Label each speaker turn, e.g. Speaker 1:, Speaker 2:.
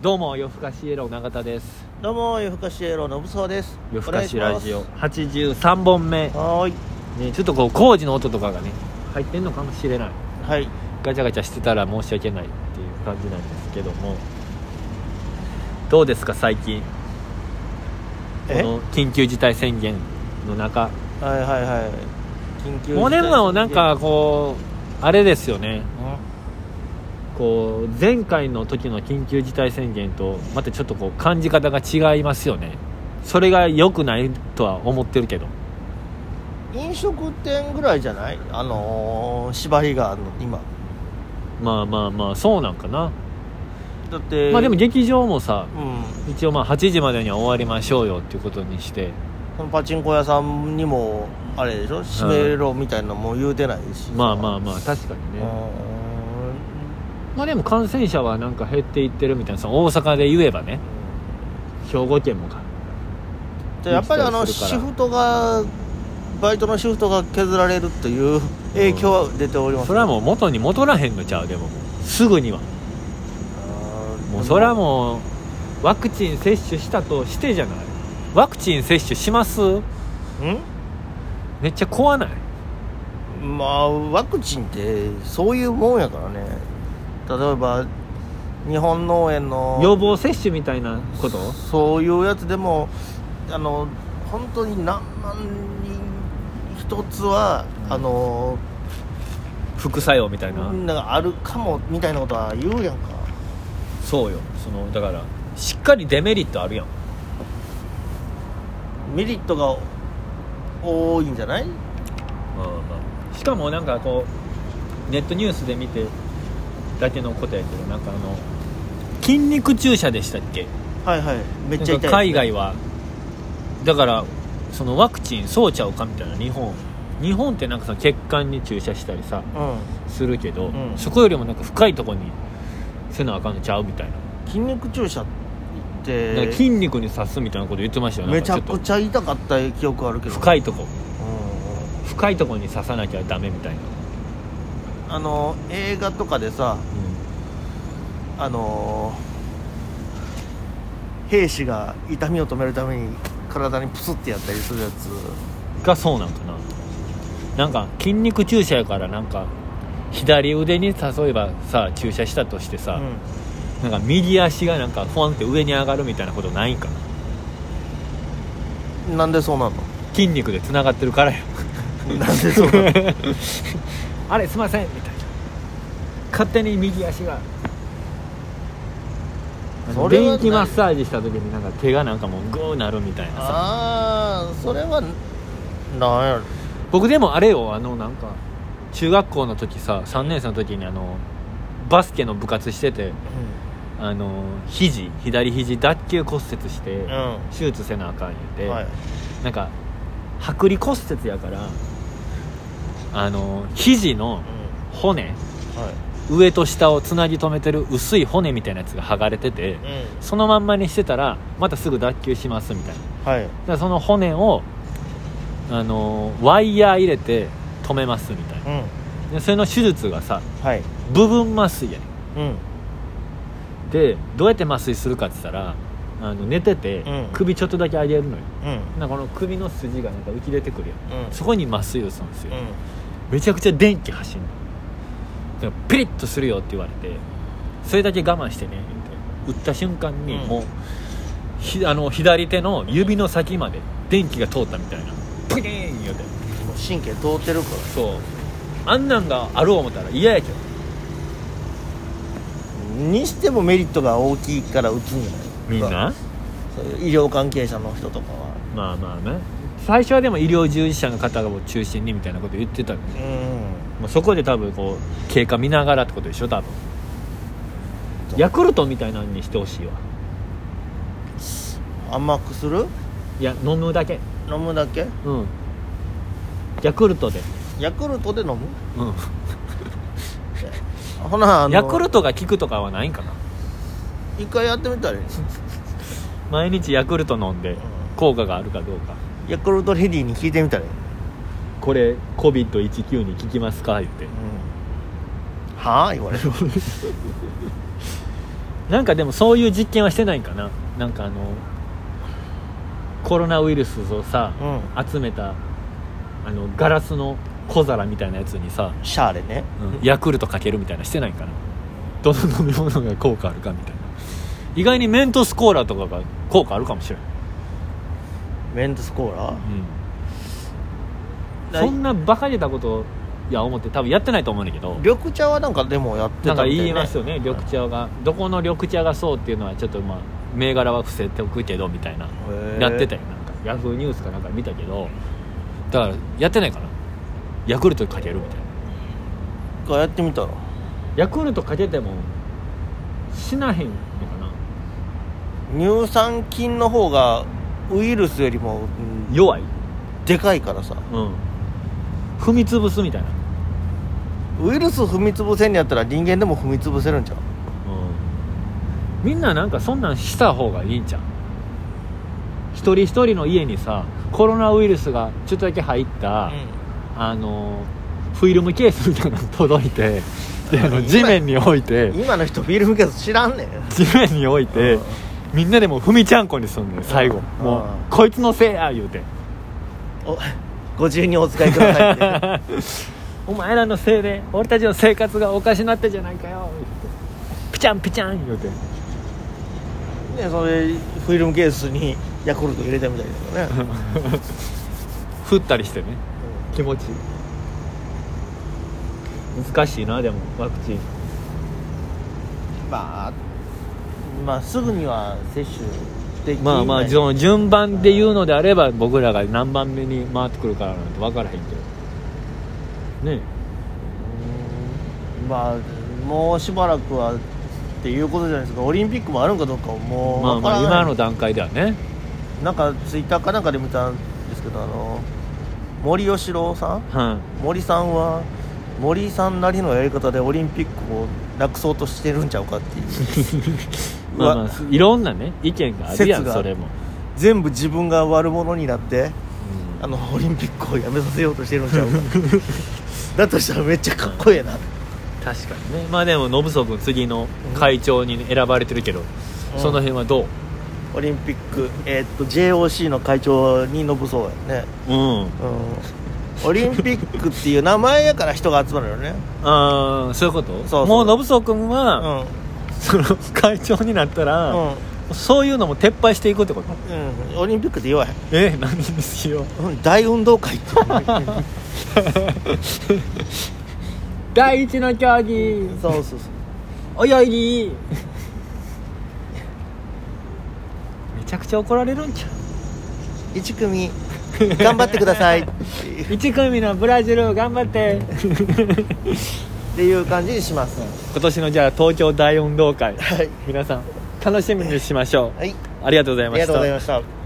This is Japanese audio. Speaker 1: どうも夜更かしイエロー永田です
Speaker 2: どうも夜更かしエロのぶそうです
Speaker 1: 夜更かし
Speaker 2: お願
Speaker 1: ラ
Speaker 2: い
Speaker 1: ジ
Speaker 2: し
Speaker 1: オ
Speaker 2: ま
Speaker 1: 83本目、
Speaker 2: すはーい
Speaker 1: ね、ちょっとこう工事の音とかがね入ってんのかもしれない
Speaker 2: はい
Speaker 1: ガチャガチャしてたら申し訳ないっていう感じなんですけどもどうですか最近こ
Speaker 2: え
Speaker 1: の緊急事態宣言の中
Speaker 2: はいはいはい緊急事態
Speaker 1: もうでもなんかこうあれですよねこう前回の時の緊急事態宣言とまたちょっとこう感じ方が違いますよねそれが良くないとは思ってるけど
Speaker 2: 飲食店ぐらいじゃないあのー、縛りがあるの今
Speaker 1: まあまあまあそうなんかな、
Speaker 2: だって
Speaker 1: まあでも劇場もさ
Speaker 2: うん
Speaker 1: 一応まあ8時までには終わりましょうよっていうことにして
Speaker 2: そのパチンコ屋さんにもあれでしょ閉めろみたいなのも言うてないし、
Speaker 1: まあまあまあ確かにね、
Speaker 2: うーん
Speaker 1: まあでも感染者はなんか減っていってるみたいなその大阪で言えばね兵庫県もか
Speaker 2: じゃあやっぱりあの
Speaker 1: 行き来す
Speaker 2: シ
Speaker 1: るから
Speaker 2: フトがバイトのシフトが削られるという影響は出ております、
Speaker 1: それはもう元に戻らへんのちゃうでももうすぐには
Speaker 2: あー
Speaker 1: もうそれはもうワクチン接種したとしてじゃないワクチン接種します
Speaker 2: う
Speaker 1: めっちゃ怖ない
Speaker 2: んまあワクチンってそういうもんやからね例えば日本農園の
Speaker 1: 予防接種みたいなこと
Speaker 2: そういうやつでもあの本当に何万人一つは、あの
Speaker 1: 副作用みたいな、
Speaker 2: なんかあるかもみたいなことは言うやんか
Speaker 1: そうよそのだからしっかりデメリットあるやん
Speaker 2: メリットが多いんじゃない
Speaker 1: しかもなんかこうネットニュースで見てだけのことやけどなんかあの筋肉注射でしたっけ
Speaker 2: はいはいめっちゃ痛い
Speaker 1: なんか海外はだからそのワクチンそうちゃうかみたいな日本日本ってなんかその血管に注射したりさ
Speaker 2: う
Speaker 1: するけど、
Speaker 2: うん
Speaker 1: そこよりもなんか深いとこにせなあかんのちゃうみたいな,、
Speaker 2: ん筋肉注射っ
Speaker 1: なん
Speaker 2: て
Speaker 1: か筋肉に刺すみたいなこと言ってましたよなん
Speaker 2: め
Speaker 1: か
Speaker 2: ち
Speaker 1: ちょ
Speaker 2: ゃ
Speaker 1: っと
Speaker 2: くちゃ痛かった記憶あるけど
Speaker 1: 深
Speaker 2: い、
Speaker 1: いとこ
Speaker 2: うん
Speaker 1: 深いとこに刺さなきゃダメみたいな、
Speaker 2: あの映画とかでさあの兵士が痛みを止めるために体にプスってやったりするやつ
Speaker 1: がそうなんかななんか筋肉注射やからなんか左腕に例えばさ注射したとしてさ、
Speaker 2: うん
Speaker 1: なんか右足がなんかフォンって上に上がるみたいなことないんかな
Speaker 2: なんでそうなの
Speaker 1: 筋肉でつながってるからや
Speaker 2: なんでそうなの
Speaker 1: あれすいませんみたいな勝手に右足があの
Speaker 2: それはな
Speaker 1: 電
Speaker 2: い
Speaker 1: 気マッサージした時になんか手がなんかもうグーなるみたいなさ
Speaker 2: ああそれはなんやろ
Speaker 1: 僕でもあれよあのなんか中学校の時さ3年生の時にあのバスケの部活しててあの肘左肘脱臼骨折して、
Speaker 2: うん、
Speaker 1: 手術せなあかん言うて、
Speaker 2: はい
Speaker 1: なんか剥離骨折やからあの肘の
Speaker 2: う
Speaker 1: 骨
Speaker 2: んはい
Speaker 1: 上と下をつなぎ止めてる薄い骨みたいなやつが剥がれてて
Speaker 2: う
Speaker 1: そのまんまにしてたらまたすぐ脱臼しますみたいなだ
Speaker 2: んはい
Speaker 1: からその骨をあのワイヤー入れて止めますみたいな
Speaker 2: うん
Speaker 1: でそれの手術がさ
Speaker 2: はい
Speaker 1: 部分麻酔やねん
Speaker 2: うん
Speaker 1: でどうやって麻酔するかって言ったらあの寝てて、
Speaker 2: うん
Speaker 1: 首ちょっとだけ上げるのよ
Speaker 2: うん
Speaker 1: なんかこの首の筋がなんか浮き出てくるやん
Speaker 2: うん
Speaker 1: そこに麻酔をするんですよ、
Speaker 2: うん
Speaker 1: めちゃくちゃ電気走るだからピリッとするよって言われてそれだけ我慢してねって打った瞬間に
Speaker 2: うん
Speaker 1: もう、ひあの左手の指の先まで電気が通ったみたいなプリーン言うて
Speaker 2: もう神経通ってるか
Speaker 1: そうあんなんがある思ったら嫌やけど
Speaker 2: らにしてもメリットが大きいから打つんじゃない
Speaker 1: みんな
Speaker 2: そういう医療関係者の人とかは
Speaker 1: まあまあね最初はでも医療従事者の方を中心にみたいなこと言ってたけどね
Speaker 2: うん
Speaker 1: もうそこで多分こう経過見ながらってことでしょ多分ヤクルトみたいなのにしてほしいわ
Speaker 2: 甘くする
Speaker 1: いや飲むだけ
Speaker 2: 飲むだけ
Speaker 1: うんヤクルトで
Speaker 2: ヤクルトで飲む
Speaker 1: うん
Speaker 2: ほなあの
Speaker 1: ヤクルトが効くとかはないんかな
Speaker 2: 一回やってみたらいい
Speaker 1: 毎日ヤクルト飲んで効果があるかどうか
Speaker 2: ヤクルトレディに聞いてみたらいい、
Speaker 1: これ COVID-19 に効きますか言って
Speaker 2: はあ言われる
Speaker 1: なんかでもそういう実験はしてないんかななんかあのコロナウイルスをさ、
Speaker 2: うん
Speaker 1: 集めたあのガラスの小皿みたいなやつにさ、
Speaker 2: シャーレね、
Speaker 1: うんヤクルトかけるみたいなしてないんかなどの飲み物が効果あるかみたいな意外にメントスコーラとかが効果あるかもしれない、
Speaker 2: メントスコーラ
Speaker 1: うん、そんなバカげたこといや思って多分やってないと思うんだけど
Speaker 2: 緑茶はなんかでもやって
Speaker 1: な
Speaker 2: た
Speaker 1: ん
Speaker 2: み
Speaker 1: か
Speaker 2: たいね
Speaker 1: 言いますよね緑茶がどこの緑茶がそうっていうのはちょっとまあ銘柄は伏せておくけどみたいな
Speaker 2: へー
Speaker 1: やってたよなんかヤフーニュースかなんか見たけどだからやってないかなヤクルトかけるみたいな
Speaker 2: 一回やってみたら
Speaker 1: ヤクルトかけても死なへんのかな
Speaker 2: 乳酸菌の方がウイルスよりも、うん
Speaker 1: 弱い
Speaker 2: でかいからさ
Speaker 1: うん踏み潰すみたいな
Speaker 2: ウイルス踏み潰せんのやったら人間でも踏み潰せるんちゃう
Speaker 1: うんみんななんかそんなんした方がいいんじゃん一人一人の家にさコロナウイルスがちょっとだけ入った、あのフィルムケースみたいなの届いてであの地面に置いて
Speaker 2: 今の人フィルムケース知らんねん
Speaker 1: 地面に置いて
Speaker 2: うん
Speaker 1: みんなでもう踏みちゃんこにすんのよ最後
Speaker 2: うん
Speaker 1: もうこいつのせいや言うて
Speaker 2: おご自由にお使いください って
Speaker 1: お前らのせいで俺たちの生活がおかしなったじゃないかよ言うてピチャンピチャン言うて
Speaker 2: ねそれフィルムケースにヤクルト入れたみたいだけどね
Speaker 1: 振ったりしてね気持ちいい難しいなでもワクチン
Speaker 2: まあまあすぐには接種できない
Speaker 1: まあまあその順番で言うのであれば僕らが何番目に回ってくるからなんて分からへんけどね
Speaker 2: うんまあもうしばらくはっていうことじゃないですかオリンピックもあるんかどうかもう
Speaker 1: まあまあ
Speaker 2: わからない
Speaker 1: 今の段階ではね
Speaker 2: なんかツイッターかなんかで見たんですけどあの森喜朗さん
Speaker 1: は
Speaker 2: 森さんは森さんなりのやり方でオリンピックをなくそうとしてるんちゃうかっていう
Speaker 1: い、 まあまあいろんなね意見があるやん
Speaker 2: 説が
Speaker 1: それも、
Speaker 2: 全部自分が悪者になってあの オリンピックをやめさせようとしてるんちゃう かだとしたらめっちゃかっこええな、
Speaker 1: 確かにねまあでも信祖君次の会長に選ばれてるけど、
Speaker 2: うん
Speaker 1: その辺はどう
Speaker 2: オリンピック、えーっと JOC の会長に信そうやね、
Speaker 1: うん
Speaker 2: うん、オリンピックっていう名前やから人が集まるよ ね、
Speaker 1: ああそういうこと
Speaker 2: そう
Speaker 1: もう信祖君
Speaker 2: う
Speaker 1: は、
Speaker 2: ん
Speaker 1: その会長になったら、
Speaker 2: うん
Speaker 1: そういうのも撤廃していくってこと
Speaker 2: うん、オリンピックって言わへん
Speaker 1: え何にしよう
Speaker 2: うん大運動会っていうの が
Speaker 1: 第一の競技
Speaker 2: そうそうそう
Speaker 1: 泳ぎめちゃくちゃ怒られるんちゃう
Speaker 2: 1組頑張ってくださいっていう
Speaker 1: 1組のブラジル頑張って
Speaker 2: っていう感じにします、
Speaker 1: 今年のじゃあ東京大運動会
Speaker 2: はい
Speaker 1: 皆さん楽しみにしましょう
Speaker 2: はい
Speaker 1: ありがとうござい
Speaker 2: あ
Speaker 1: ま
Speaker 2: り
Speaker 1: し
Speaker 2: がとうござい
Speaker 1: た
Speaker 2: ました